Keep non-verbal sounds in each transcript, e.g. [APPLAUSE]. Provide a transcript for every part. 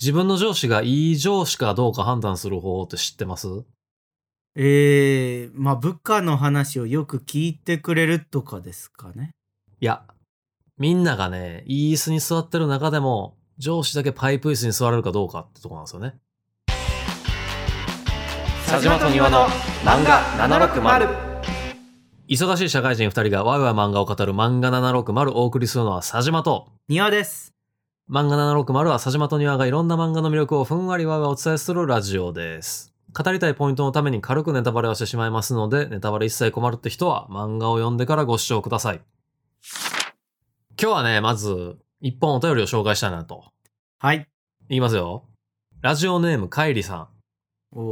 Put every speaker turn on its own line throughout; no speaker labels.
自分の上司がいい上司かどうか判断する方法って知ってます
ええまあ部下の話をよく聞いてくれるとかですかね。
いや、みんながね、いい椅子に座ってる中でも、上司だけパイプ椅子に座れるかどうかってとこなんですよね。
佐島と庭の漫画760
忙しい社会人2人がワイワイ漫画を語る漫画760をお送りするのは佐島と、
庭です。
漫画760は佐島と庭がいろんな漫画の魅力をふんわりわいわいお伝えするラジオです。語りたいポイントのために軽くネタバレをしてしまいますので、ネタバレ一切困るって人は漫画を読んでからご視聴ください。今日はね、まず、一本お便りを紹介したいなと。
はい。
言いますよ。ラジオネームカイリさん。
お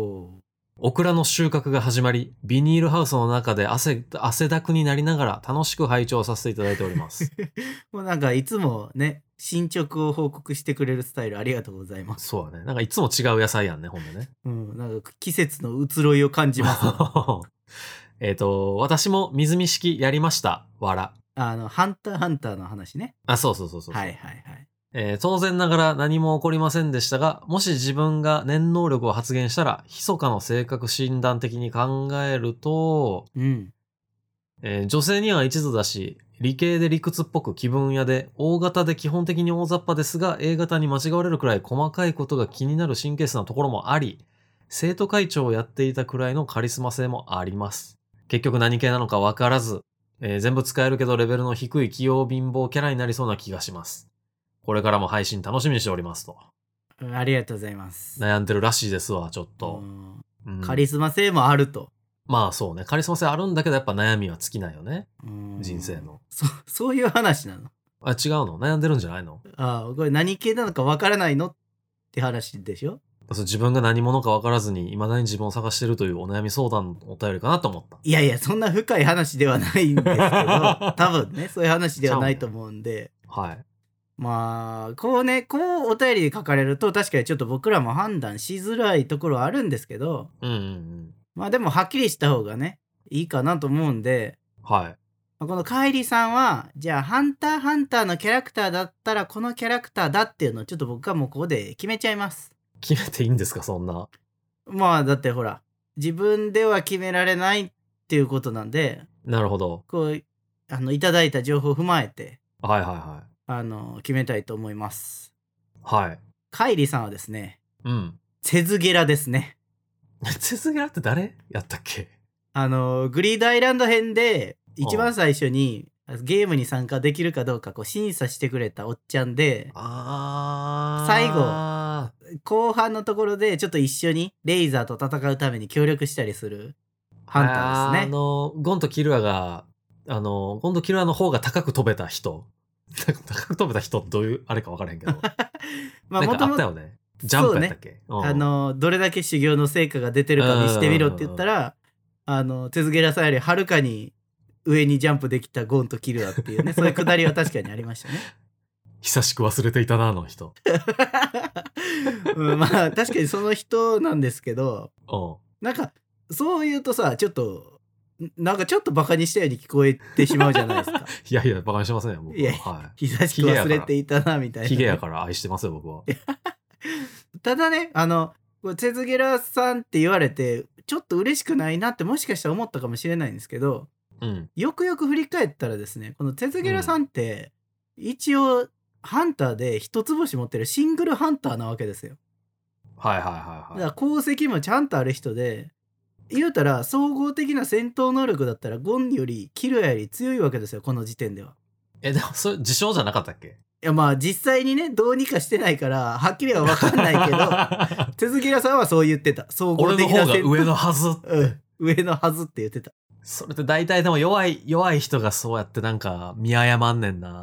[LAUGHS]
お
オクラの収穫が始まり、ビニールハウスの中で汗、汗だくになりながら楽しく拝聴させていただいており
[LAUGHS]
ます。
ー。もうなんかいつもね、進捗を報告してくれるスタイルありがとうございます。
そうだね。なんかいつも違う野菜やんね、ほんでね。
うん、なんか季節の移ろいを感じますね。
[LAUGHS] えっと、私も水見式やりました。わら。
あの、ハンターハンターの話ね。
あ、そうそうそうそうそう、
はいはいはい。
えー当然ながら何も起こりませんでしたが、もし自分が念能力を発現したら、密かの性格診断的に考えると、
うん。
えー女性には一途だし、理系で理屈っぽく気分屋で、O 型で基本的に大雑把ですが、A 型に間違われるくらい細かいことが気になる神経質なところもあり、生徒会長をやっていたくらいのカリスマ性もあります。結局何系なのかわからず、えー全部使えるけどレベルの低い器用貧乏キャラになりそうな気がします。これからも配信楽しみにしておりますと。
ありがとうございます。
悩んでるらしいですわ、ちょっと
う。ん
うん
カリスマ性もあると。
まあそうね。カリスマ性あるんだけどやっぱ悩みは尽きないよね。
うん
人生。の。
そ、 [LAUGHS] そういう話なの。
あ、違うの悩んでるんじゃないの
ああ、これ何系なのかわからないのって話でしょ
そう自分が何者か分からずに、未だに自分を探してるというお悩み相談のお便りかなと思った。
いやいや、そんな深い話ではないんですけど、多分ね、そういう話ではないと思うんで、
はい。
まあ、こうね、こうお便りで書かれると、確かにちょっと僕らも判断しづらいところはあるんですけど、
うんうんうん。
まあでもはっきりした方がね、いいかなと思うんで、
はい。
まあこのカイリさんは、じゃあ、ハンターハンターのキャラクターだったら、このキャラクターだっていうのをちょっと僕はもうここで決めちゃいます。
決めていいんですか、そんな。
まあ、だってほら、自分では決められないっていうことなんで、
なるほど。
こう、あの、いただいた情報を踏まえて、
はいはいは
あの、決めたいと思います。
い。はい。
カイリさんはですね、
うん。 [LAUGHS]
セズゲラですね。
セスゲラって誰やったっけ
あの、グリードアイランド編で、一番最初に、ゲームに参加できるかどうかこう審査してくれたおっちゃんで
あー。
最後
は
後半のところでちょっと一緒にレイザーと戦うために協力したりするハンターです
あ
ね。
の、ゴンとキルアが、あの、ゴンとキルアの方が高く飛べた人。 [LAUGHS] 高く飛べた人どういう、あれか分からへんけど。
[LAUGHS] まあ
なんかあ
も
った
とも
よね。ジャンプやったっけ、うん
あのどれだけ修行の成果が出てるか見してみろって言ったらあの手付けらさんよりはるかに上にジャンプできたゴンとキルアっていうねそういうくだりは確かにありましたね。
久しく忘れていたな、あの人。
うん、まあ確かにその人なんですけど
うん。
なんかそう言うとさちょっとなんかちょっとバカにしたように聞こえてしまうじゃない
[LAUGHS]
ですか。
いやいや、バカにしてませんよ、僕は。
いや
は
久しく忘れていたなみたい
い。
な。
ヒゲやから愛してますよ、僕は。
ただねあのこうチェズゲラさんって言われてちょっと嬉しくないなってもしかしたら思ったかもしれないんですけど
うん。
よくよく振り返ったらですねこのチェズゲラさんって、一応ハンターで一つ星持ってるシングルハンターなわけですよ
はいはい
だ
は
か
いは。
ら功績もちゃんとある人で言うたら総合的な戦闘能力だったらゴンよりキルアより強いわけですよこの時点ではい
え、でも、それ、自称じゃなかったっけ
いやまあ実際にねどうにかしてないからはっきりは分かんないけ
[LAUGHS]
どチェズゲラさんはそう言ってた総合
俺の
的な
方が
戦闘
上のはず。
[LAUGHS] うん、上のはずって言ってた。
それって大体でも弱い、弱い人がそうやってなんか見誤んね
[LAUGHS]
んな。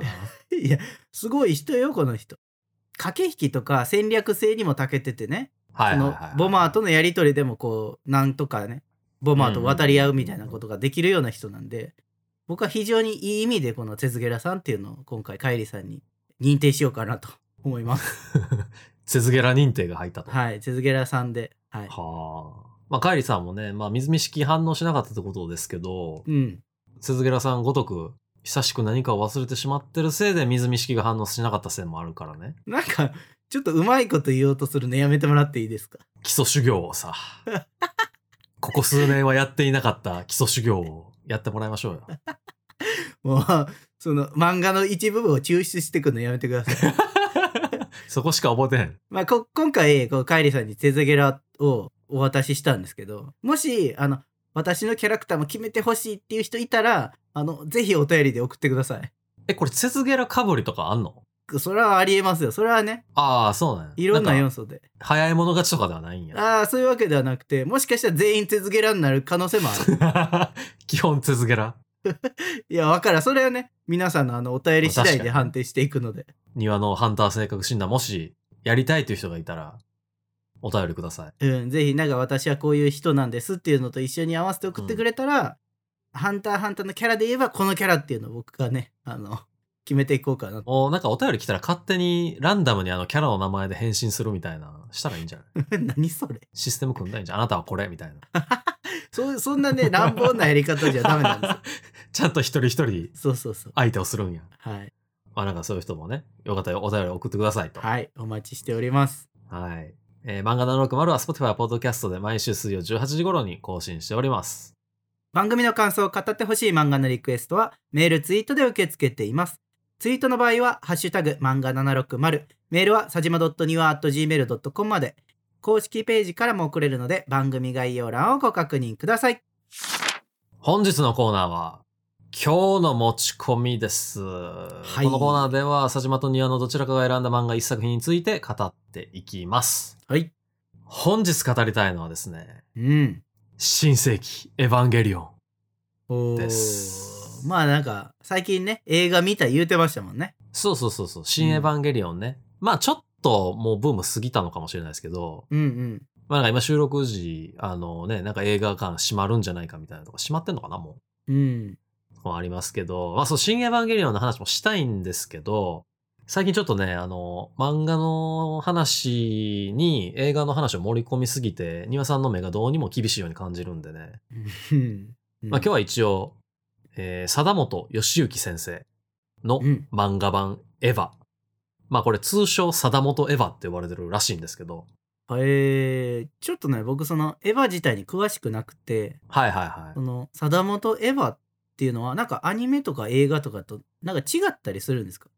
いや、すごい人よ、この人。駆け引きとか戦略性にも長けててね、
は
そ
いはい
の
はい。 [LAUGHS]
ボマーとのやり取りでもこう、なんとかね、ボマーと渡り合うみたいなことができるような人なんで、僕は非常にいい意味でこのテズゲラさんっていうのを今回、カイリさんに認定しようかなと [LAUGHS] 思い
[LAUGHS]
ます。
セズゲラ認定が入ったと。は
はい、テズゲラさんで。はい。
あ。まあ、カイリさんもね、まあ、水見式反応しなかったってことですけど、
うん。
セズゲラさんごとく、久しく何かを忘れてしまってるせいで水見式が反応しなかったせいもあるからね。
なんか、ちょっとうまいこと言おうとするのやめてもらっていいですか [LAUGHS]
基礎修行をさ、ここ数年はやっていなかった基礎修行をやってもらいましょう
[LAUGHS]
よ。
もう、その漫画の一部分を抽出してくのやめてください。
そこしか覚えてへん。
まあ、こ今回こうカイリさんにテズゲラをお渡ししたんですけどもしあの私のキャラクターも決めてほしいっていう人いたらあのぜひお便りで送ってください
え、これ、せずげらかぶりとかあんの
それはありえますよそれはね
ああ、そうなんや。
いろんな
よ
要素で
早い者勝ちとかではないんや。
ああそういうわけではなくてもしかしたら全員テズゲラになる可能性もあ
[LAUGHS]
る
基本せずげら。
いやわからんそれはね皆さんのあのお便り次第
確か
で
に
判定していくので
庭のハンター性格診断、もしやりたいという人がいたら、お便りください。
うん、ぜひなんか私はこういう人なんですっていうのと一緒に合わせて送ってくれたら、ハンターハンターのキャラで言えばこのキャラっていうのを僕がね、あの、決めていこうかなと。
もうなんかお便り来たら勝手にランダムにあのキャラの名前で変身するみたいな、したらいいんじ
[LAUGHS]
ゃない
何それ
システム組んだらいいんじゃん。あなたはこれみたいな。
そうそんな [LAUGHS] ね、乱暴なやり方じゃダメなんですよ。
[LAUGHS] ちゃんと一人一人
[LAUGHS] そうそうそう。
相手をするんや。
はい。
まあなんかそういう人もね、よかったらお便り送ってくださいと。
はい、お待ちしております。
はい。えー漫画760は Spotify、ポッドキャストで毎週水曜18時頃に更新しております。
番組の感想を語ってほしい漫画のリクエストはメールツイートで受け付けています。ツイートの場合は、ハッシュタグ漫画760、メールはさじま .niwa.gmail.com まで、公式ページからも送れるので、番組概要欄をご確認ください。
本日のコーナーは、今日の持ち込みです。
い
このコーナーでは、佐島と庭のどちらかが選んだ漫画一作品について語っていきます。
はい。
本日語りたいのはですね、
うん。
新世紀エヴァンゲリオン。
おー
です
まあなんか、最近ね、映画見た言うてましたもんね。
そうそうそうそう、新エヴァンゲリオンね。まあちょっともうブーム過ぎたのかもしれないですけど、
うんうん。
まあなんか今収録時、あのね、なんか映画館閉まるんじゃないかみたいなとか、閉まってんのかな、も
うん。
う。もうありますけど、まあそう、新エヴァンゲリオンの話もしたいんですけど、最近ちょっとね、あの、漫画の話に映画の話を盛り込みすぎて、庭さんの目がどうにも厳しいように感じるんでね。
うん
まあ今日は一応、えー、貞本義行先生の
うん。
漫画版エヴァ。まあこれ通称貞本エヴァって呼ばれてるらしいんですけど、
えー、ちょっとね、僕その、エヴァ自体に詳しくなくて、
はいはいはい
そ。の、貞本エヴァっていうのは、なんかアニメとか映画とかと、なんか違ったりするんですか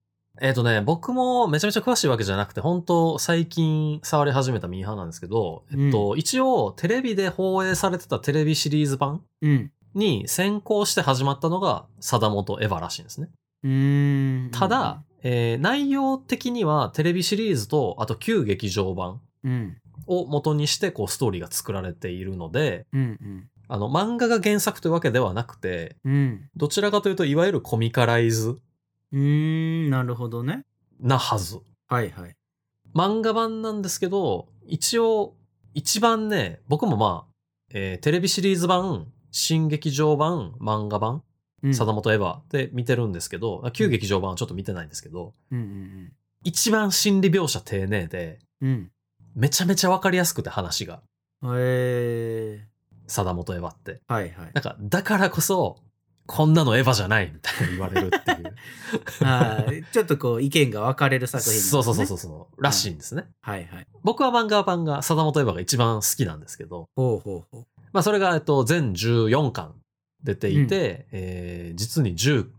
えっ、とね、僕もめちゃめちゃ詳しいわけじゃなくて、本当最近触り始めたミーハーなんですけど、えっと、一応テレビで放映されてたテレビシリーズ版
うん。
に先行して始まったのが、貞本エヴァらしいんですね。
うーん。
ただ、えー内容的にはテレビシリーズと、あと旧劇場版
うん、
を元にして、こう、ストーリーが作られているので、
うん、うん、
あの、漫画が原作というわけではなくて、
うん。
どちらかというと、いわゆるコミカライズ
うーん、なるほどね。
なはず。
はいはい。
漫画版なんですけど、一応、一番ね、僕もまあ、えーテレビシリーズ版、新劇場版、漫画版、
うん、
貞本エヴァで見てるんですけど、あ旧劇場版はちょっと見てないんですけど、
うん、うん、
一番心理描写丁寧で、
うん。
めちゃめちゃわかりやすくて話が、
うん。え
貞本エヴァって。
ー、はい
[LAUGHS]
はい
な。んか、だからこそ、こんなのエヴァじゃないみたいに言われるっ
[LAUGHS]
ていう。
あーちょっとこう、意見が分かれる作品、。
そうそうそうそううそう、らしいんですね。
はいはい。
僕は漫画版が貞本エヴァが一番好きなんですけど、
ほうほうほう。
まあ、それが、えっと、全14巻出ていて、えー実に19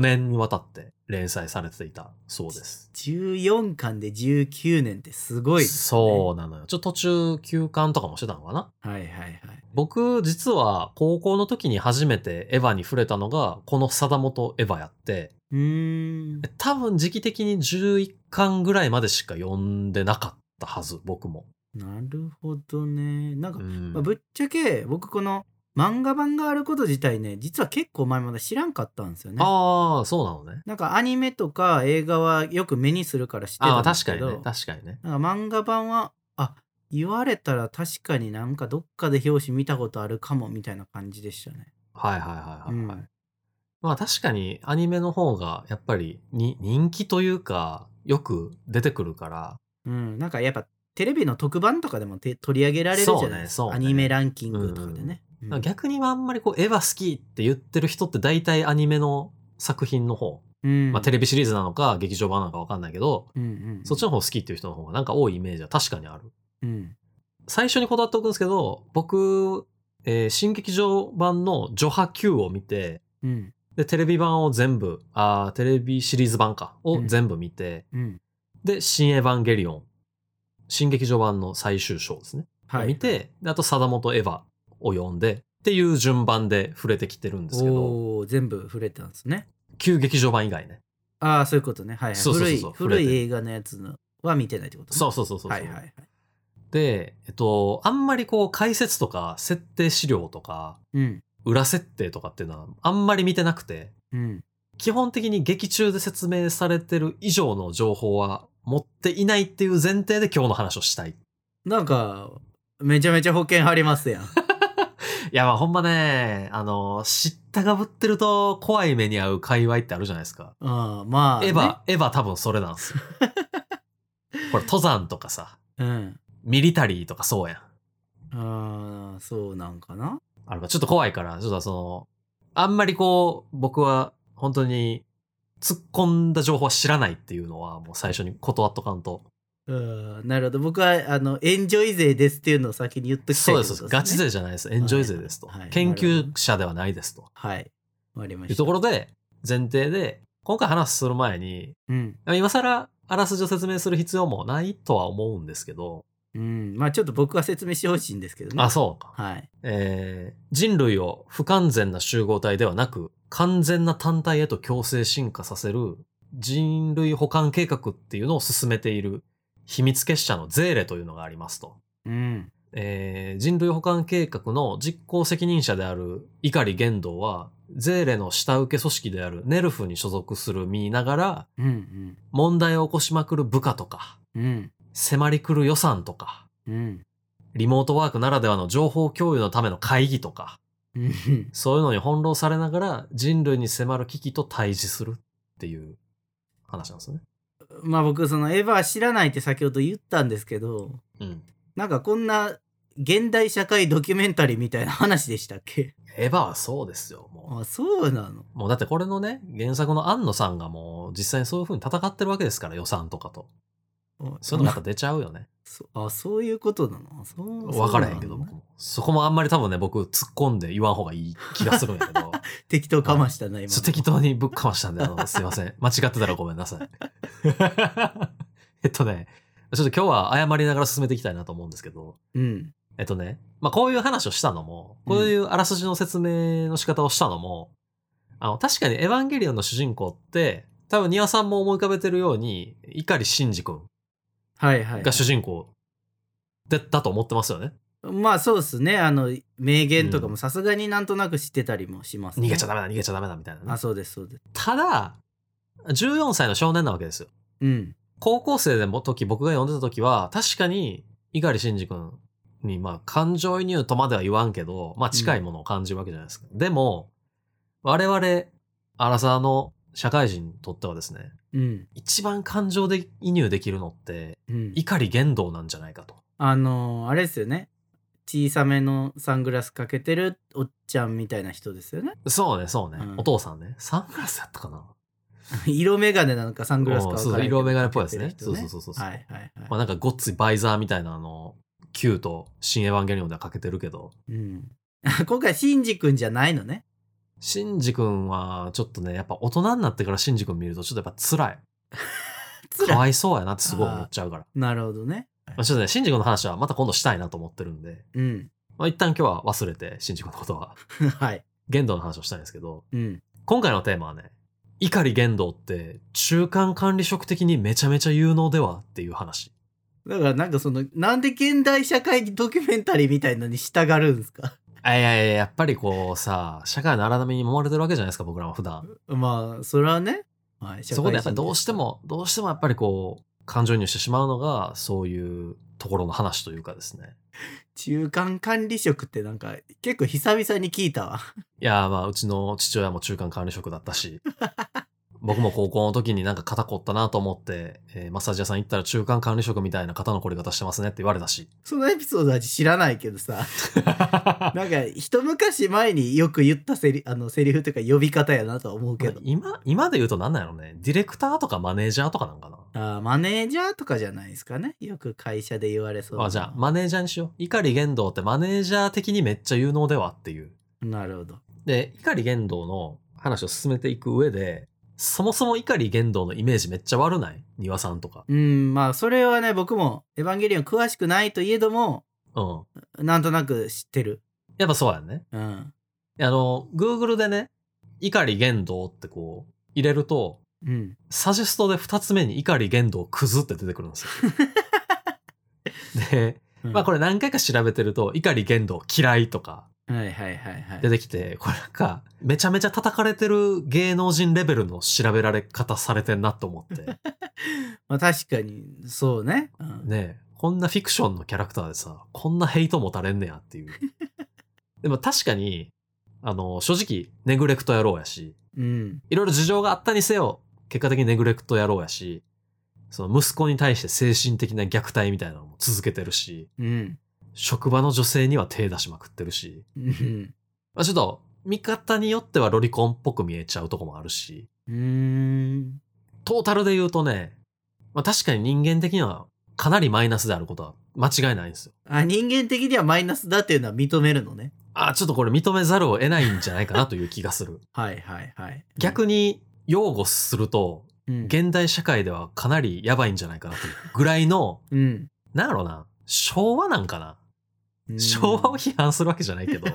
年にわたって連載されていたそうです。
14巻で19年ってすごいですね、
そうなのよ。ちょっと途中休巻とかもしてたのかな
う。はいはいはい。
僕、実は高校の時に初めてエヴァに触れたのが、この貞本エヴァやって、
うーん。
多分時期的に11巻ぐらいまでしか読んでなかったはず、僕も。
なるほどね。なんか
う、ん
まあぶっちゃけ僕この漫画版があること自体ね実は結構前まで知らんかったんですよね。
ああ、そうなのね。
なんかアニメとか映画はよく目にするから知って
あ
た
あ、
んです
確
け
か
ど
にね。確かにね。
なんか漫画版はあ言われたら確かになんかどっかで表紙見たことあるかもみたいな感じでしたね。
はいはいはいはい、はい
うん
まあ確かにアニメの方がやっぱりに人気というかよく出てくるから、
うん、なんかやっぱテレビの特番とかでもて取り上げられるじゃないですか、
そうねそうね
アニメランキングとかでね。うん
逆にはあんまりこうエヴァ好きって言ってる人って大体アニメの作品の方
ううん
まあ、テレビシリーズなのか劇場版なのか分かんないけど、
うんうん、
そっちの方好きっていう人の方がなんか多いイメージは確かにある。
うん、
最初にこだわっておくんですけど、僕、えー新劇場版のジョハ Q を見て、
うん、
で、テレビ版を全部、あーテレビシリーズ版か、を全部見て、
うん。
で、新エヴァンゲリオン、新劇場版の最終章ですね。
はい。
見て、であと、貞本エヴァを読んで、っていう順番で触れてきてるんですけど、
おー全部触れたんですね。
旧劇場版以外ね。
ああ、そういうことね。はい、はい。
そうそうそうそう
古い
触
古
れ
い映画のやつのは見てないってことね。
そうそうそうそうそう。
はいはいはい。
で、えっと、あんまりこう解説とか設定資料とか
うん、
裏設定とかっていうのはあんまり見てなくて、
うん、
基本的に劇中で説明されてる以上の情報は持っていないっていう前提で今日の話をしたい。い
なんか、めちゃめちゃ保険張りま
[LAUGHS]
すやん。
や、まあほんまね、あの、知ったかぶってると怖い目に遭う界隈ってあるじゃないですか。
ああ、まあ、ね。
エヴァ、エヴァ多分それなん
[LAUGHS]
ですよ。これ登山とかさ、
うん。
ミリタリーとかそうやん。
ああ、そうなんかな。
あれば、ちょっと怖いから、ちょっとその、あんまりこう、僕は本当に突っ込んだ情報は知らないっていうのは、もう最初に断っとかんと。
うん、なるほど。僕は、あの、エンジョイ勢ですっていうのを先に言っときたい
そう
っ
で
て
す、
こと
ガチ
ね。
勢じゃないです。エンジョイ勢ですと。
はいはい
研究者ではないですと。
はい。終わりま
い
し
う
た。
ところで、前提で、今回話する前に、
うん。
今更あらすじを説明する必要もないとは思うんですけど、
うん。まあ、ちょっと僕は説明してほしいんですけどね。
あ、そうか。
はい。
えー人類を不完全な集合体ではなく完全な単体へと強制進化させる人類補完計画っていうのを進めている秘密結社のゼーレというのがありますと。
うん。
えー人類補完計画の実行責任者である碇玄道はゼーレの下請け組織であるネルフに所属する身ながら
うん。
問題を起こしまくる部下とか
うん。うん。
迫り来る予算とか
うん。
リモートワークならではの情報共有のための会議とか
うん。
そういうのに翻弄されながら人類に迫る危機と対峙するっていう話なんですよね。
まあ、僕、その、エヴァ知らないって先ほど言ったんですけど、
うん。
なんかこんな、現代社会ドキュメンタリーみたいな話でしたっけ
エヴァはそうですよ。も
あ、そうなの
うもうだってこれのね、原作の庵野さんがもう実際にそういう風に戦ってるわけですから、予算とかと。
あ
そういうのまた出ちゃうよね。
そあ、そういうことなのそう
わからへんけど、
そうな
僕
の
もそこもあんまり多分ね、僕突っ込んで言わん方がいい気がするんやけど、
適当かましたな、今
ちょ
の。
適当にぶっかましたんで、あ
[LAUGHS]
の、すいません。間違ってたらごめんなさい。 [LAUGHS] えっとね、ちょっと今日は謝りながら進めていきたいなと思うんですけど、
うん。
えっとね、まあ、こういう話をしたのも、こういうあらすじの説明の仕方をしたのも、あの、確かにエヴァンゲリオンの主人公って、多分、庭さんも思い浮かべてるように、碇シンジ君
はいはい。
が主人公で、だと思ってますよね。
まあそうですね。あの、名言とかもさすがになんとなく知ってたりもします、ね
逃げちゃダメだ、逃げちゃダメだ、みたいなね、
あ、そうです、そうです。
ただ、14歳の少年なわけですよ。
うん。
高校生でも時、僕が読んでた時は、確かに、碇シンジ君に、まあ、感情移入とまでは言わんけど、まあ、近いものを感じるわけじゃないですか。でも、我々、アラサーの社会人にとってはですね、
うん。
一番感情で移入できるのって、
うん、
碇言動なんじゃないかと。
あのーあれですよね。小さめのサングラスかけてるおっちゃんみたいな人ですよね。
そうね、そうね。
うん
お父さんね。サングラスやったかな。
[LAUGHS] 色眼鏡なのかサングラスかわからないけど
おーそうそう色眼鏡っぽいですね
かけてる人
そうそうそうそう
はいはいはい。
まあ、なんかごっついバイザーみたいな、あの、Q と新エヴァンゲリオンではかけてるけど、
うん、 [LAUGHS] 今回、シンジ君じゃないのね。
シンジ君は、ちょっとね、やっぱ大人になってからシンジ君見ると、ちょっとやっぱ辛い。
辛い
かわいそうやなってすごい思っちゃうから。
なるほどね。
まあ、ちょっとね、シンジ君の話はまた今度したいなと思ってるんで、
うん。 [LAUGHS]
まあ、一旦今日は忘れて、シンジ君のことは、
はい。
言動の話をしたいんですけど、
うん。
今回のテーマはね、碇言動って中間管理職的にめちゃめちゃ有能ではっていう話。
だからなんかその、なんで現代社会ドキュメンタリーみたいのに従るんですか [LAUGHS]
あいやいやいや、やっぱりこうさ、社会の荒波に揉まれてるわけじゃないですか、僕らは普段。
まあ、それはね。はい、
そこでやっぱりどうしても、どうしてもやっぱりこう、感情移入してしまうのが、そういうところの話というかですね。
中間管理職ってなんか結構久々に聞いたわ。 [LAUGHS]
いやーまあうちの父親も中間管理職だったし僕も高校の時になんか肩凝ったなと思って、えーマッサージ屋さん行ったら中間管理職みたいな肩の凝り方してますねって言われたし。
そのエピソードは知らないけど
[LAUGHS]
さ、なんか一昔前によく言ったセリあのセリフというか呼び方やなとは思うけど。
今、今で言うと何なんやろね。ディレクターとかマネージャーとかなんかな。
あーマネージャーとかじゃないですかね。よく会社で言われそうな。
あじゃあ、マネージャーにしよう。碇玄道ってマネージャー的にめっちゃ有能ではっていう。
なるほど。
で、碇玄道の話を進めていく上で、そもそも碇玄道のイメージめっちゃ悪ない庭さんとか。
うん、まあそれはね、僕もエヴァンゲリオン詳しくないといえども、
うん。
なんとなく知ってる。
やっぱそうやんね。
うん。
あの、Google でね、碇玄道ってこう、入れると、
うん。
サジェストで2つ目に碇玄道クズって出てくるんですよ。で、まあこ
れ。
れ何回か調べてると、碇玄道嫌いとか
はいはいはいはい。
出てきて、これなんか、めちゃめちゃ叩かれてる芸能人レベルの調べられ方されてんなと思って。
まあ確かに、そうね。うん、
ねえ、こんなフィクションのキャラクターでさ、こんなヘイト持たれんねやっていう。でも確かに、あの、正直、ネグレクト野郎やし、
うん。
いろいろ事情があったにせよ、結果的にネグレクト野郎やし、その息子に対して精神的な虐待みたいなのも続けてるし、
うん。
職場の女性には手出しまくってるし、
うん。
まあ、ちょっと、見方によってはロリコンっぽく見えちゃうとこもあるし、
うーん。
トータルで言うとね、まあ確かに人間的にはかなりマイナスであることは間違いないんですよ。
あ、人間的にはマイナスだっていうのは認めるのね。
あ、ちょっとこれ認めざるを得ないんじゃないかなという気がする。
はいはいはい。
逆に擁護すると、
うん。
現代社会ではかなりやばいんじゃないかなというぐらいの、
うん。
なんやろな、昭和なんかな。
うん
昭和を批判するわけじゃない
[LAUGHS]
けど、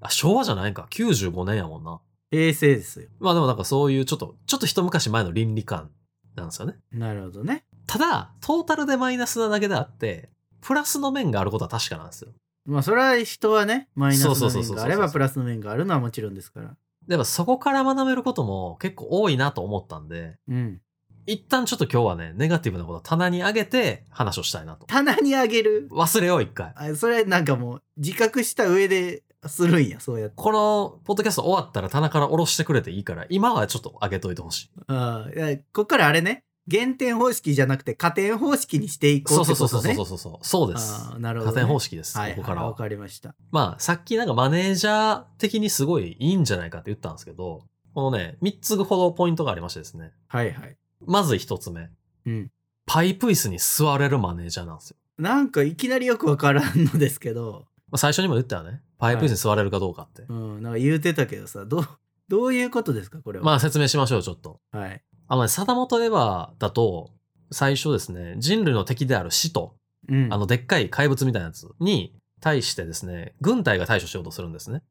あ昭和じゃないか、95年やもんな。
平成ですよ。
まあでもなんかそういうちょっと、ちょっと一昔前の倫理観なんですよね。
なるほどね。
ただ、トータルでマイナスなだけであって、プラスの面があることは確かなんですよ。
まあそれは人はね、マイナス
そう
の
そうそうそうそ
面
う
があればプラスの面があるのはもちろんですから。
でもそこから学べることも結構多いなと思ったんで、
うん。
一旦ちょっと今日はね、ネガティブなことを棚に上げて話をしたいなと。
棚にあげる。
忘れよう、一回。
あそれなんかもう自覚した上でするんや、そうやって。
このポッドキャスト終わったら棚から下ろしてくれていいから、今はちょっと上げといてほしい。
ああ、いやこっからあれね、減点方式じゃなくて加点方式にしていこ
そうう
っ
そ
て
うそ
こ
うそ
と
うそう
ね
そ。うそうそうです。
ああなるほど
加
ね
点方式です、
はい、はい、
ここから
わ
は。
かりました。
まあ、さっきなんかマネージャー的にすごいいいんじゃないかって言ったんですけど、このね、3つほどポイントがありましてですね。
はいはい。
まず1つ目。
うん
パイプ椅子に座れるマネージャーなんですよ。
なんかいきなりよくわからんのですけど、
まあ最初にも言ったよね。パイプ椅子に座れるかどうかって。
うん、なんか言うてたけどさ、どう、どういうことですか、これは。
まあ、説明しましょう、ちょっと。
はい。
あのね、貞本エヴァだと、最初ですね、人類の敵である死と、
うん。
あの、でっかい怪物みたいなやつに対してですね、軍隊が対処しようとするんですね。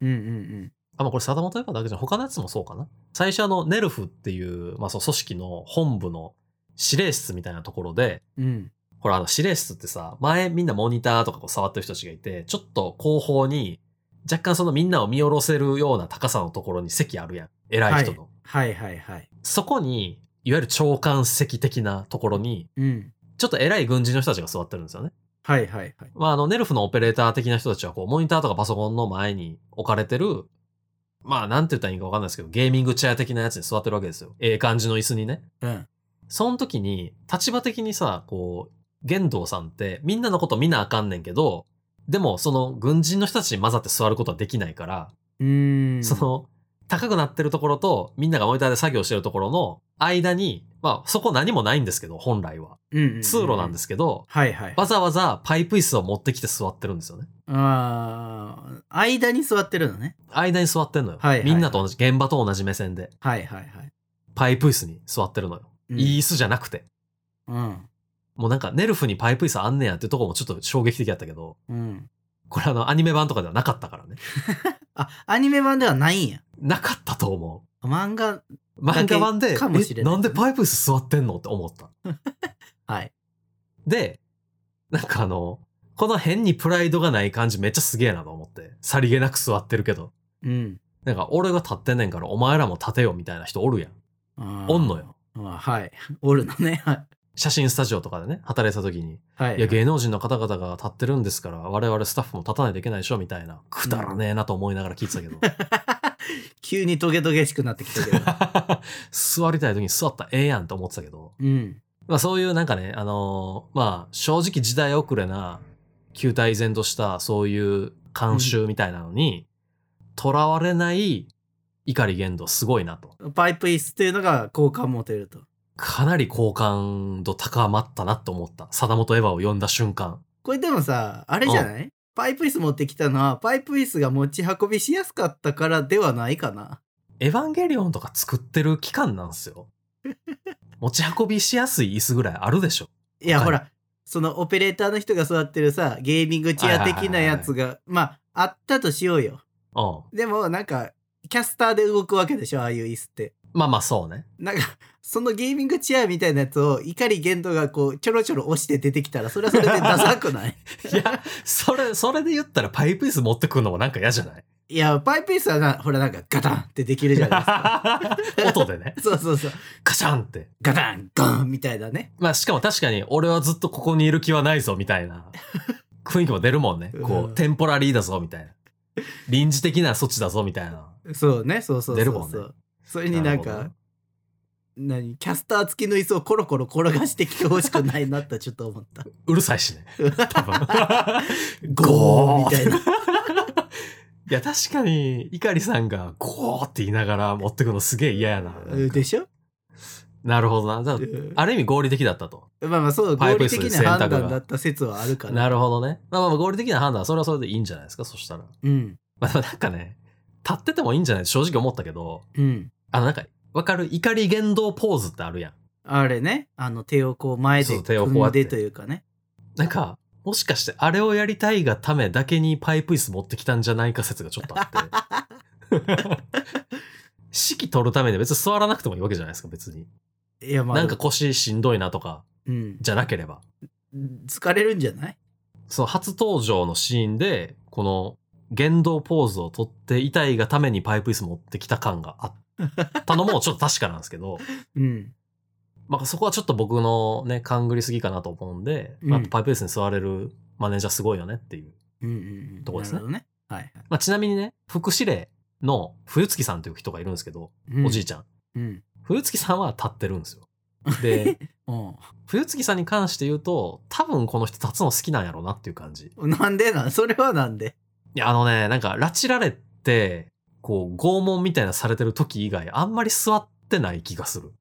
うんうん
あ、まあこれ貞本エヴァだけじゃなく他のやつもそうかな。最初あの、ネルフっていう、まあその組織の本部の指令室みたいなところで、
うん。うん。
ほらあの指令室ってさ、前みんなモニターとかこう触ってる人たちがいて、ちょっと後方に、若干そのみんなを見下ろせるような高さのところに席あるやん。偉い人の。
はいはいはい。
そこに、いわゆる長官席的なところに、
うん。
ちょっと偉い軍人の人たちが座ってるんですよね。
はいはいはい。
まあ、あの、ネルフのオペレーター的な人たちは、こう、モニターとかパソコンの前に置かれてる、まあ、なんて言ったらいいかわかんないですけど、ゲーミングチェア的なやつに座ってるわけですよ。ええ感じの椅子にね。
うん。
その時に、立場的にさ、こう、玄道さんって、みんなのこと見なあかんねんけど、でも、その、軍人の人たちに混ざって座ることはできないから、
うーん。
その、高くなってるところと、みんながモニターで作業してるところの間に、まあ、そこ何もないんですけど、本来は。
うんうんうん、。
通路なんですすけど、
はいはい。
わざわざパイプ椅子を持ってきて座ってるんですよね。
ああ、間に座ってるのね。
間に座ってんのよ。
はいはい
みんなと同じ、現場と同じ目線で、
はいはいはい。
パイプ椅子に座ってるのよ。
うん
いい椅子じゃなくて。
うん。
もうなんか、ネルフにパイプ椅子あんねやっていうとこもちょっと衝撃的だったけど、
うん。
これあの、アニメ版とかではなかったからね。
あ、アニメ版ではないんや。
なかったと思
漫画、
う。漫画版で、
かもしれ
え
ない
なんでパイプ椅子座ってんのって思った。
はい。
で、なんかあの、この変にプライドがない感じめっちゃすげえなと思って。さりげなく座ってるけど。
うん。
なんか、俺が立ってんねんからお前らも立てよみたいな人おるやん。
あー
おんのよ。
[LAUGHS] あーはい。おるのね。はい。
写真スタジオとかでね、働いてた時に、
はい。
いや、芸能人の方々が立ってるんですから、我々スタッフも立たないといけないでしょ、みたいな。くだらねえなと思いながら聞いてたけど。
[LAUGHS] 急にトゲトゲしくなってき
[LAUGHS]
たけど。
座りたい時に座ったらええやんと思ってたけど。
うん。
まあそういうなんかね、あのーまあ正直時代遅れな、旧態依然としたそういう慣習みたいなのに、囚われない碇玄度すごいなと。
パイプ椅子というのが好感持てると。
かなり好感度高まったなと思った。貞本エヴァを読んだ瞬間。
これでもさ、あれじゃないパイプ椅子持ってきたのは、パイプ椅子が持ち運びしやすかったからではないかな。
エヴァンゲリオンとか作ってる期間なんです [LAUGHS] よ。持ち運びしやすい椅子ぐらいあるでしょ。
いや、
はい
ほら、そのオペレーターの人が座ってるさ、ゲーミングチェア的なやつが、まあ、あったとしようよ。
う
でも、なんか、キャスターで動くわけでしょ、ああいう椅子って。
ん。まあまあそうね。
なんか、そのゲーミングチェアみたいなやつを、碇玄斗がこう、ちょろちょろ押して出てきたら、それはそれでダサくない
[LAUGHS] いや、それ、それで言ったらパイプ椅子持ってくるのもなんか嫌じゃない
いや、パイプ椅子はな、ほら、なんか、ガタンってできるじゃないですか。
[LAUGHS] 音でね、
そうそうそう。
カシャンって。
ガタン、ゴンみたいなね。
まあしかも確かに俺はずっとここにいる気はないぞみたいな雰囲気も出るもんね。こ
うん
う、テンポラリーだぞみたいな。臨時的な措置だぞみたいな。
そうね、そうそうそうそう。
出るもんね
それになん
なるほ
か
ど、
何キャスター付きの椅子をコロコロ転がしてきてほしくないなって [LAUGHS] ちょっと思った。
うるさいし [LAUGHS] ね。多分。
ゴーみたい
な。
な。
いや確かに、碇さんがゴーって言いながら持ってくのすげえ嫌やな。 [LAUGHS]
でしょ
なるほどな。だからある意味合理的だったと。
まあまあそう、
パ
合
イプ
理
椅子
的
選択が
な判断だった説はあるから。
なるほどね。まあまあまあ合理的な判断はそれはそれでいいんじゃないですか、そしたら。
うん。
まあでもなんかね、立っててもいいんじゃない正直思ったけど、
うん。
あのなんか、わかる怒り言動ポーズってあるやん。
あれね、あの手をこう前
そ
で
う手をこう
組
や
ん
って
でというかね。
なんか、もしかしてあれをやりたいがためだけにパイプ椅子持ってきたんじゃないか説がちょっとあって。 [LAUGHS] 指揮取るために別に座らなくてもいいわけじゃないですか、別に。
いやまあ、
なんか腰しんどいなとか、
うん、
じゃなければ。
疲れるんじゃない
その初登場のシーンで、この言動ポーズを取っていたいがためにパイプ椅子持ってきた感があったのもちょっと確かなんですけど、 [LAUGHS]
うん。
まあ、そこはちょっと僕のね、勘ぐりすぎかなと思うんで、まあ
うん
パイプ椅子に座れるマネージャーすごいよねっていう。
うんうんうん。
とこですね
なるほどね。はい。
まあ、ちなみにね、副司令の冬月さんという人がいるんですけど、
う
おじい
ち
ちゃん。
ゃん。うん。
冬月さんは立ってるんですよ。で、冬月さんに関して言うと、多分この人立つの好きなんやろうなっていう感じ。い
うんなんでなんそれはなんで
や、あのね、なんか、拉致られて、こう、拷問みたいなされてる時以外、あんまり座ってない気がする。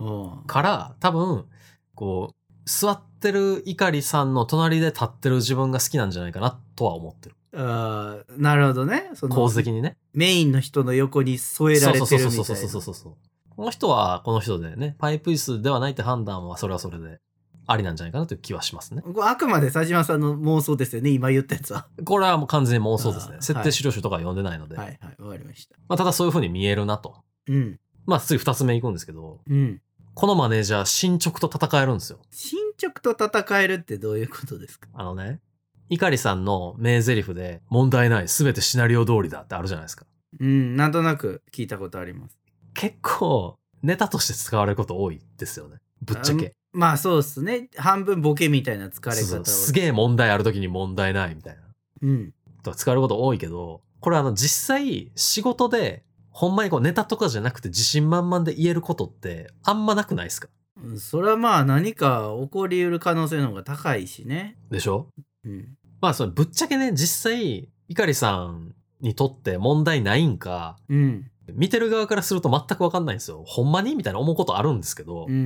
うん
から、多分、こう、座ってる碇さんの隣で立ってる自分が好きなんじゃないかなとは思ってる。
あーなるほどね。その
構図的にね。
メインの人の横に添えられてるみたいな。
そうそうそうそうそうそうそう。この人はこの人でね、パイプ椅子ではないって判断はそれはそれでありなんじゃないかなという気はしますね。
これあくまで佐島さんの妄想ですよね、今言ったやつは。
これはもう完全に妄想です
あ
ね。
ー
設定資料集とかは読んでないので。
はいはい、わかりました。
まあ、ただそういう風に見えるなと。
うん、
まあ次二つ目行くんですけど、
うん。
このマネージャー進捗と戦えるんですよ。
進捗と戦えるってどういうことですか
あのね、碇さんの名台詞で問題ない全てシナリオ通りだってあるじゃないですか。
うん、なんとなく聞いたことあります。
結構ネタとして使われること多いですよね。ぶっちゃけ。
あまあそうっすね。半分ボケみたいな疲れ
そうそ
方を。
うすげえ問題ある時に問題ないみたいな。
うん。
とか使われること多いけど、これあの実際仕事でほんまにこうネタとかじゃなくて自信満々で言えることってあんまなくないですか
うんそれはまあ何か起こり得る可能性の方が高いしね。
でしょ
うん。
まあそのぶっちゃけね、実際、碇さんにとって問題ないんか、
うん。
見てる側からすると全くわかんないんですよ。ほんまにみたいな思うことあるんですけど、
うんうんう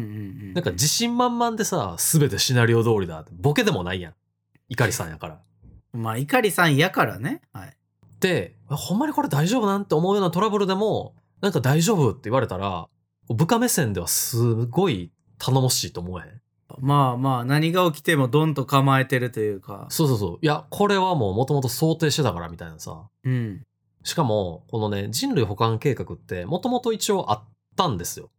ん。
なんか自信満々でさ、すべてシナリオ通りだって、ボケでもないやん。碇さんやから。
まあ、碇さんやからね。はい。
で、ほんまにこれ大丈夫なんて思うようなトラブルでも、なんか大丈夫って言われたら、部下目線ではすごい頼もしいと思えへん。
まあまあ、何が起きてもドンと構えてるというか。
そうそうそう。いや、これはもう元々想定してたからみたいなさ。
うん。
しかも、このね、人類保管計画って元々一応あったんですよ。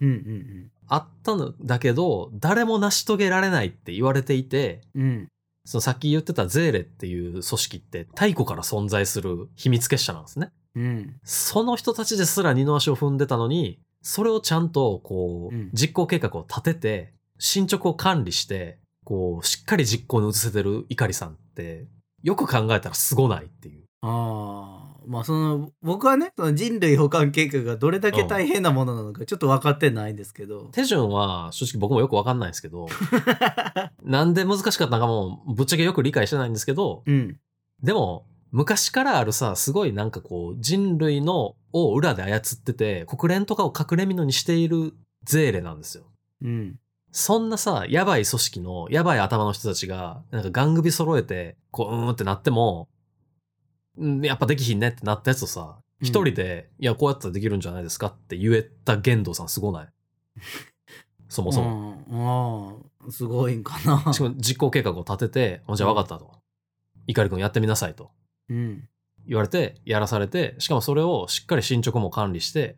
うんうん
あったんだけど、誰も成し遂げられないって言われていて、
うん。うん。
そのさっき言ってたゼーレっていう組織って太古から存在する秘密結社なんですね。
うん。
その人たちですら二の足を踏んでたのに、それをちゃんと、こう
うん、
実行計画を立てて、進捗を管理して、こう、しっかり実行に移せてる碇さんって、よく考えたらすごないっていう。
ああまあその僕はねその人類保管計画がどれだけ大変なものなのかちょっと分かってないんですけど、
手順は正直僕もよくわかんないんですけど、なんで難しかったのかもぶっちゃけよく理解してないんですけど、
うん、
でも昔からあるさ、すごいなんかこう人類のを裏で操ってて、国連とかを隠れ蓑にしているゼーレなんですよ。
うん、
そんなさ、やばい組織の、やばい頭の人たちが、なんかガン首揃えて、こう、うーんってなっても、うんやっぱできひんねってなったやつをさ、
うん
一人で、いや、こうやったらできるんじゃないですかって言えた玄道さんすご
[LAUGHS]
ないそもそも。
もああ [LAUGHS] すごいんかな
しかも実行計画を立てて、あじゃあ分かったと。碇君やってみなさいと
うん
言われて、やらされて、しかもそれをしっかり進捗も管理して、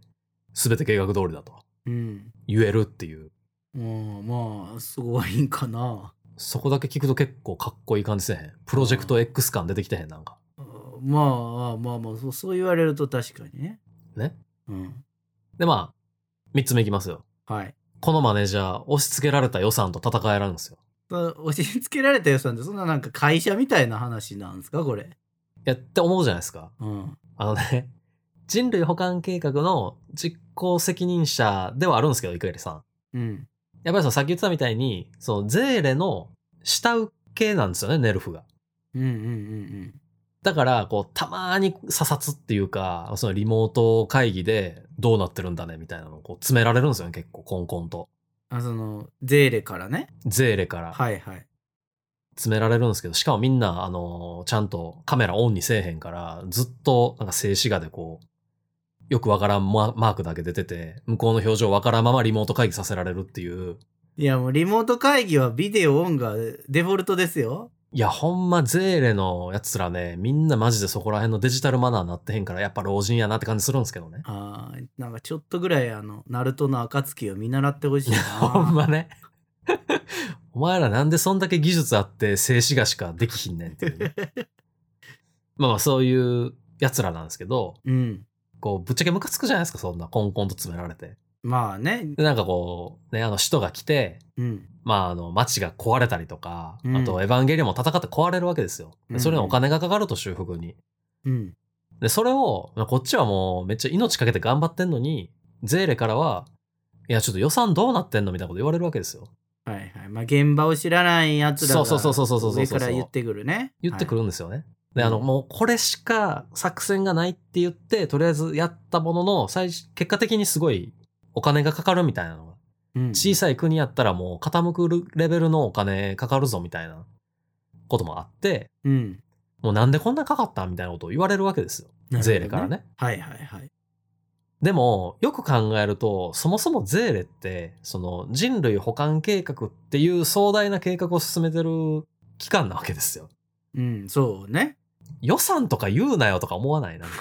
すべて計画通りだと
うん
言えるっていう、
うんまあすごいんかな
そこだけ聞くと結構かっこいい感じせえへん。プロジェクト X 感出てきてへん、なんか。
まあまあまあそうそう言われると確かにね
ね。
うん
で、まあ、三つ目いきますよ。
はい
このマネージャー、押し付けられた予算と戦えられるんですよ。
その押し付けられた予算ってそんななんか会社みたいな話なんですかこれ
いやって思うじゃないですか。
うん
あのね、人類保管計画の実行責任者ではあるんですけど、いくりさん。
うん
やっぱりそのさっき言ってたみたいに、そのゼーレの下請けなんですよね、ネルフが。
うんうんうん
だから、こう、たまーに査察っていうか、そのリモート会議でどうなってるんだね、みたいなのをこう詰められるんですよね、結構、コンコンと。
あそのゼーレからね
ゼーレから
はいはい
詰められるんですけど、しかもみんな、あのー、ちゃんとカメラオンにせえへんから、ずっと、なんか静止画でこう、よくわからんママークだけ出てて、向こうの表情わからんままリモート会議させられるっていう、
いやもうリモート会議はビデオオンがデフォルトですよ
いや、ほんま、ゼーレのやつらね、みんなマジでそこら辺のデジタルマナーなってへんから、やっぱ老人やなって感じするんですけどね。
あーなんかちょっとぐらいあのナルトの暁を見習ってほしいな
[LAUGHS] ほんまね。お前らなんでそんだけ技術あって静止画しかできひんねんっていう
[LAUGHS]
ね、まあまあ、そういうやつらなんですけど、
うん
こう、ぶっちゃけムカつくじゃないですか、そんな、コンコンと詰められて。
まあね
で、なんかこう、ね、あの、使徒が来て、
うん
まあ、あの、街が壊れたりとか、
うん
あと、エヴァンゲリオンも戦って壊れるわけですよ。でそれにお金がかかると、修復に。
うん
で、それを、まあこっちはもうめっちゃ命かけて頑張ってんのに、ゼーレからは、いや、ちょっと予算どうなってんのみたいなこと言われるわけですよ。
はいはいまあ現場を知らないやつらが
そうそうそうそうそうそうそう
上から言ってくるね
言ってく
る、
るんですよね。で、あの、
うん
もうこれしか作戦がないって言って、とりあえずやったものの、最終、結果的にすごいお金がかかるみたいなのが。
はいうん
小さい国やったらもう傾くレベルのお金かかるぞみたいなこともあって、
うん
もうなんでこんなかかったみたいなことを言われるわけですよ。
なるほどね
ゼーレからね。
はいはいはい
でも、よく考えると、そもそもゼーレって、その人類保管計画っていう壮大な計画を進めてる機関なわけですよ。
うんそうね
予算とか言うなよとか思わないなんか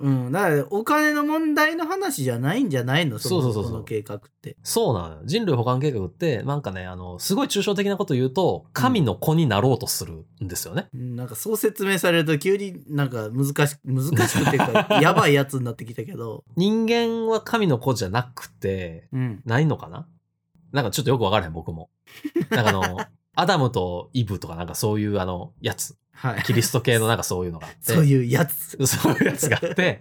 うんだからお金の問題の話じゃないんじゃないのそも
そうそうそうそう
この計画って
そうなのよ。人類保管計画って、なんかね、あの、すごい抽象的なこと言うと、神の子になろうとするんですよね。
うんなんかそう説明されると急になんか難し難しくっていう
[LAUGHS]
かやばいやつになってきたけど
人間は神の子じゃなくて、
うん
ないのかななんかちょっとよくわからへん、僕も。なんかあ
[LAUGHS]
の、アダムとイブとかなんかそういうあの、やつ。
はい
[LAUGHS] キリスト系のなんかそういうのがあって。
そういうやつ、
[LAUGHS] そういうやつがあって、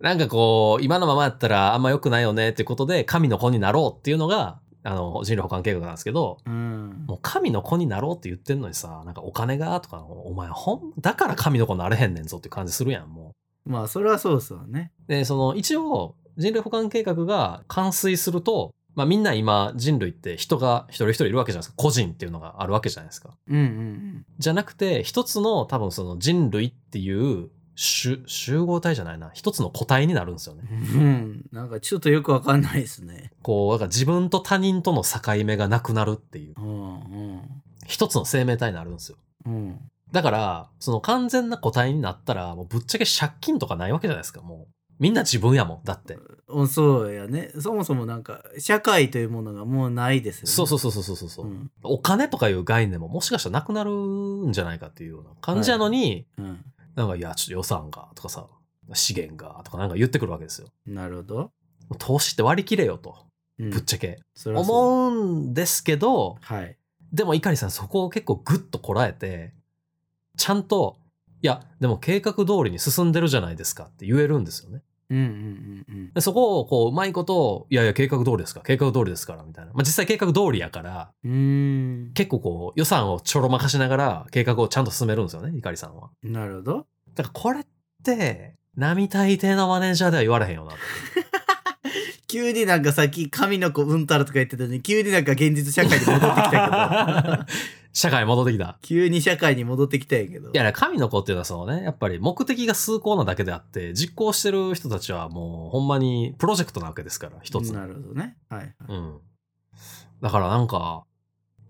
なんかこう、今のままやったらあんま良くないよねってことで、神の子になろうっていうのが、あの、人類保管計画なんですけど、
うん
もう神の子になろうって言ってんのにさ、なんかお金がとか、お前ほん、だから神の子なれへんねんぞっていう感じするやん、も
まあそれはそうですわね
う。で、その、一応、人類保管計画が完遂すると、まあみんな今人類って人が一人一人いるわけじゃないですか。個人っていうのがあるわけじゃないですか。
うんうん
じゃなくて、一つの多分その人類っていう集集合体じゃないな。一つの個体になるんですよね。
うんうんなんかちょっとよくわかんないですね
こう、だから自分と他人との境目がなくなるっていう、
うんうん
一つの生命体になるんですよ。
うん
だから、その完全な個体になったら、もうぶっちゃけ借金とかないわけじゃないですか、もう。みんな自分やもん、だって。
おそうやねそもそもなんか社会というものがもうないですよね
そうそうそうそうそうそう。
うん
お金とかいう概念ももしかしたらなくなるんじゃないかっていうような感じやのに、
うん
なんか、いや、ちょっと予算が、とかさ、資源が、とかなんか言ってくるわけですよ。
なるほど
投資って割り切れよと、
うん
ぶっちゃけ。
それはそう
思うんですけど、
はい。
でも碇さんそこを結構グッとこらえて、ちゃんと、いや、でも計画通りに進んでるじゃないですかって言えるんですよね。
うんうんうんうん
でそこをこう、うまいことを、いやいや、計画通りですか計画通りですから、みたいな。まあ、実際計画通りやから、。
うーん。
結構こう、予算をちょろまかしながら、計画をちゃんと進めるんですよね、碇さんは。
なるほど。
だからこれって、並大抵のマネージャーでは言われへん [LAUGHS] よなって。
急になんかさっき神の子うんたらとか言ってたのに、急になんか現実社会に戻ってきた [LAUGHS] けど。
社会戻ってきた。
急に社会に戻ってきたんやけど。
いやね、神の子っていうのはそのね、やっぱり目的が崇高なだけであって、実行してる人たちはもうほんまにプロジェクトなわけですから、一つ。
なるほどね。はい、はい。
うん。だからなんか、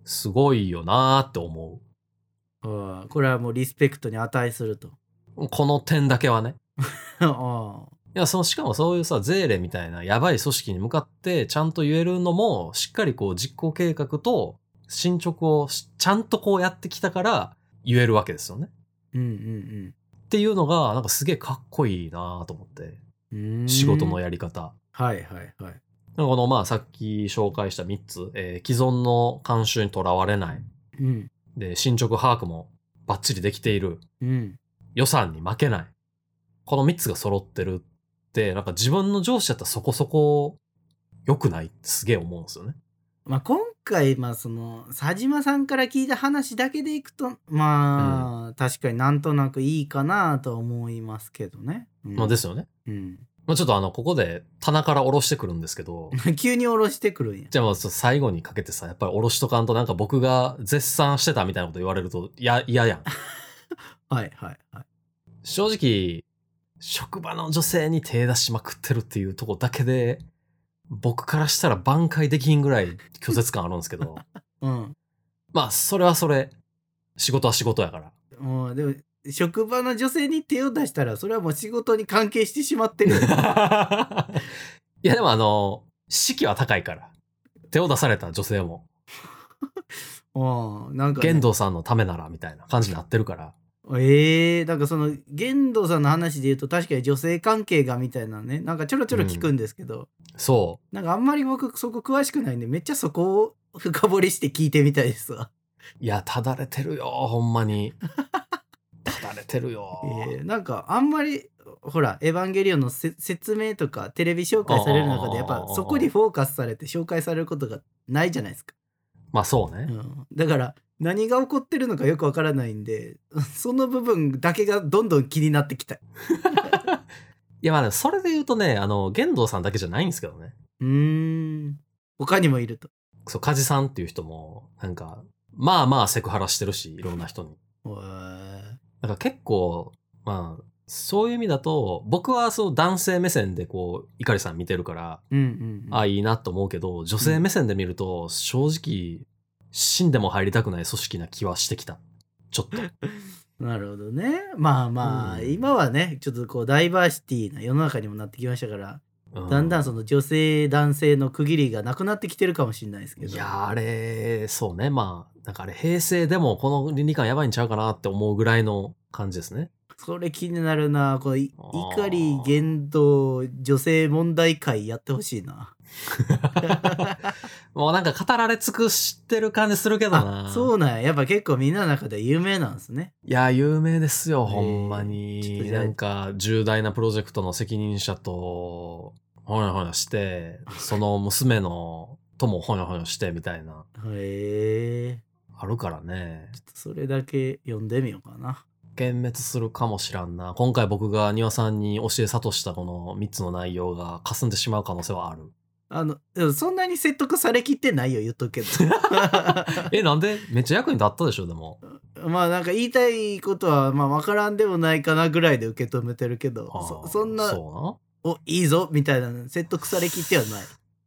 すごいよなーって思
ああこれはもうリスペクトに値すると。
う。この点だけはね。
[LAUGHS] ああ
いや、その、しかもそういうさ、ゼーレみたいなやばい組織に向かってちゃんと言えるのも、しっかりこう実行計画と進捗をしちゃんとこうやってきたから言えるわけですよね。
うんうん
っていうのが、なんかすげえかっこいいなーと思って。
うん。うーん
仕事のやり方。
はいはいはい。
このまあさっき紹介した3つ、えー既存の慣習にとらわれない。
うん
で、進捗把握もバッチリできている。
うん。
予算に負けない。この3つが揃ってるって、なんか自分の上司だったらそこそこ良くないってすげえ思うんですよね。
まあ今回まあその佐島さんから聞いた話だけでいくとまあ、確かになんとなくいいかなとは思いますけどね。うん
まあですよね。
うん、 [LAUGHS]
まあちょっとあの、ここで棚から下ろしてくるんですけど、 [LAUGHS]
急に下ろしてくるんや。
じゃあまあちょっと最後にかけてさ、やっぱり下ろしとかんとなんか僕が絶賛してたみたいなこと言われると、いや、嫌や
[LAUGHS]
ん。
はいはいはい。
正直、職場の女性に手出しまくってるっていうとこだけで、僕からしたら挽回できひんぐらい拒絶感あるんですけ
[LAUGHS]
ど、
うん
まあ、それはそれ、仕事は仕事やから。
うん、でも職場の女性に手を出したらそれはもう仕事に関係してし
[LAUGHS]
まってるよね。
いや、でもあの、士気は高いから。手を出された女性も、
うんなんかね、
玄道さんのためなら、みたいな感じになってるから。
ええなんかその玄道さんの話で言うと確かに女性関係がみたいなねなんかちょろちょろ聞くんですけど、
そ
なんかあんまり僕そこ詳しくないんでめっちゃそこを深掘りして聞いてみたいですわ、
う。いや、ただれてるよ、ほんま
[LAUGHS]
に。ただれてるよ。
えーなんかあんまりほら「エヴァンゲリオン」のせ説明とかテレビ紹介される中でやっぱそこにフォーカスされて紹介されることがないじゃないですか、
まあ、そう
う
ね。
ん、だから何が起こってるのかよくわからないんで [LAUGHS] その部分だけがどんどん気になってきた
いや、まあでも、それで言うとね、あの、玄道さんだけじゃないんですけどね。
うーん他にもいると。
そう、カジさんっていう人も、なんか、まあまあセクハラしてるし、いろんな人に。
うわー
なんか結構、まあ、そういう意味だと、僕はそう男性目線でこう、碇さん見てるから、
うんうんうん、
ああ、いいなと思うけど、女性目線で見ると、正直、死んでも入りたくない組織な気はしてきた。ちょっと。
なるほどねまあまあ、
うん
今はねちょっとこうダイバーシティな世の中にもなってきましたから、
う
だんだんその女性男性の区切りがなくなってきてるかもしれないですけど
いやーあれ、そうね。まあ、なんかあれ、平成でもこの倫理観やばいんちゃうかなって思うぐらいの感じです
[LAUGHS]
ね。
それ気になるなこのい
あー
怒り言動女性問題会やってほしいな
もうなんか語られ尽くしてる感じするけどな
[LAUGHS] あ。そうなんややっぱ結構みんなの中で有名なんですね
いや、有名ですよ、
えー
ほんま
ちょっと
に。
じゃあ
なんか、重大なプロジェクトの責任者と、ほやほやして、その娘の、ともほやほやして、みたいな、
へえ
あるからね。
それだけ読んでみようかな
幻滅するかもしらんな。今回僕が庭さんに教え諭したこの3つの内容が霞んでしまう可能性はある。
あのでもそんなに説得されきってないよ言っとくけど
[LAUGHS]
[LAUGHS]
え、なんでめっちゃ役に立ったでしょ、でも。
まあなんか言いたいことはまあ分からんでもないかなぐらいで受け止めてるけど
あー
そそんな
そうな。
おいいぞみたいな説得されきってはない。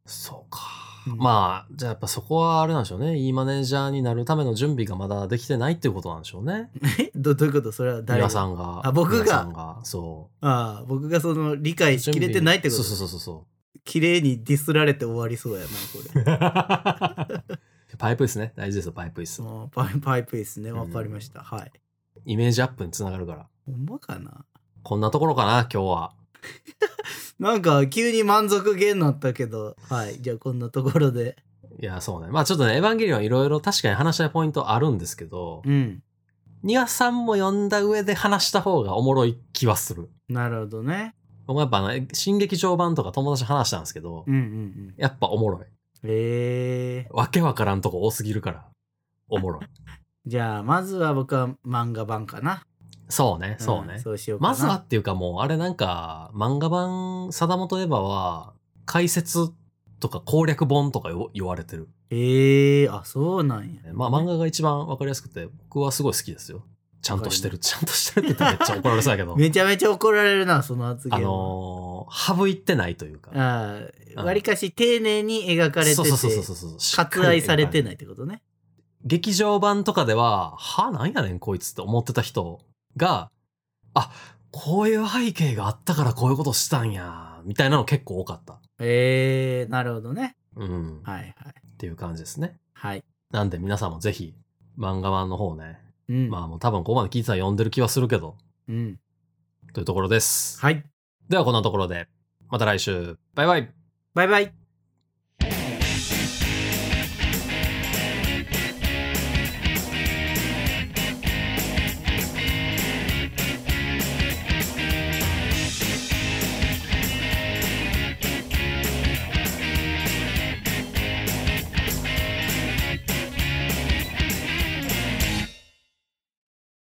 そうか。
うん
まあ、じゃあやっぱそこはあれなんでしょうね。いいマネージャーになるための準備がまだできてないっていうことなんでしょうね。
え [LAUGHS] どどういうことそれは誰
岩
が
さんが。
あ僕が
岩さんが。そ
ああ僕がその理
う。
解しきれてないってこと
そうそうそうそ
綺麗にディスられて終わりそうや
[LAUGHS]
なこ
う。パイプですね。大事ですよ、パイプです
れ。もうパイパイプですね分かりました、はい
イメージアップにつながるから。
ほんまかな
こんなところかな、今日は。
なんか急に満足げになったけど、はい。じゃあこんなところで。
いや、そうね。まあちょっとね、エヴァンゲリオンいろいろ確かに話したいポイントあるんですけど、
うん。
ニアさんも読んだ上で話した方がおもろい気はする。
なるほどね。
僕もやっぱあの、新劇場版とか友達と話したんですけど、
うんうんうん。
やっぱおもろい。
えー。
わけわからんとこ多すぎるから、おもろい。
[LAUGHS] じゃあまずは僕は漫画版かな。
そうね、
ん
そうね。
そうしようかな。
まずはっていうかもう、あれなんか、漫画版、貞本エヴァは、解説とか攻略本とかよ言われてる。
ええー、あ、そうなんや。
まあ漫画が一番わかりやすくて、僕はすごい好きですよ。ちゃんとしてる、ちゃんとしてるって言ったらめっちゃ怒られそうやけ
[LAUGHS]
ど。
めちゃめちゃ怒られるな、その発言
あ
は。
のー、省いてないというか。
あ
う
あ
ん
割かし丁寧に描かれてて
そうそうそうそうそう。しっかり
割愛されてないってことね。
劇場版とかでは、は、なんやねんこいつって思ってた人が、あ、こういう背景があったからこういうことしたんや、みたいなの結構多かった。
ええー、なるほどね。
うん。
はいはい。
っていう感じですね。
はい。
なんで皆さんもぜひ、漫画版の方ね。
うん。
まあもう多分ここまで聞いてたら読んでる気はするけど、
うん。
というところです。
はい。
ではこんなところで、また来週。バイバイ
バイバイ。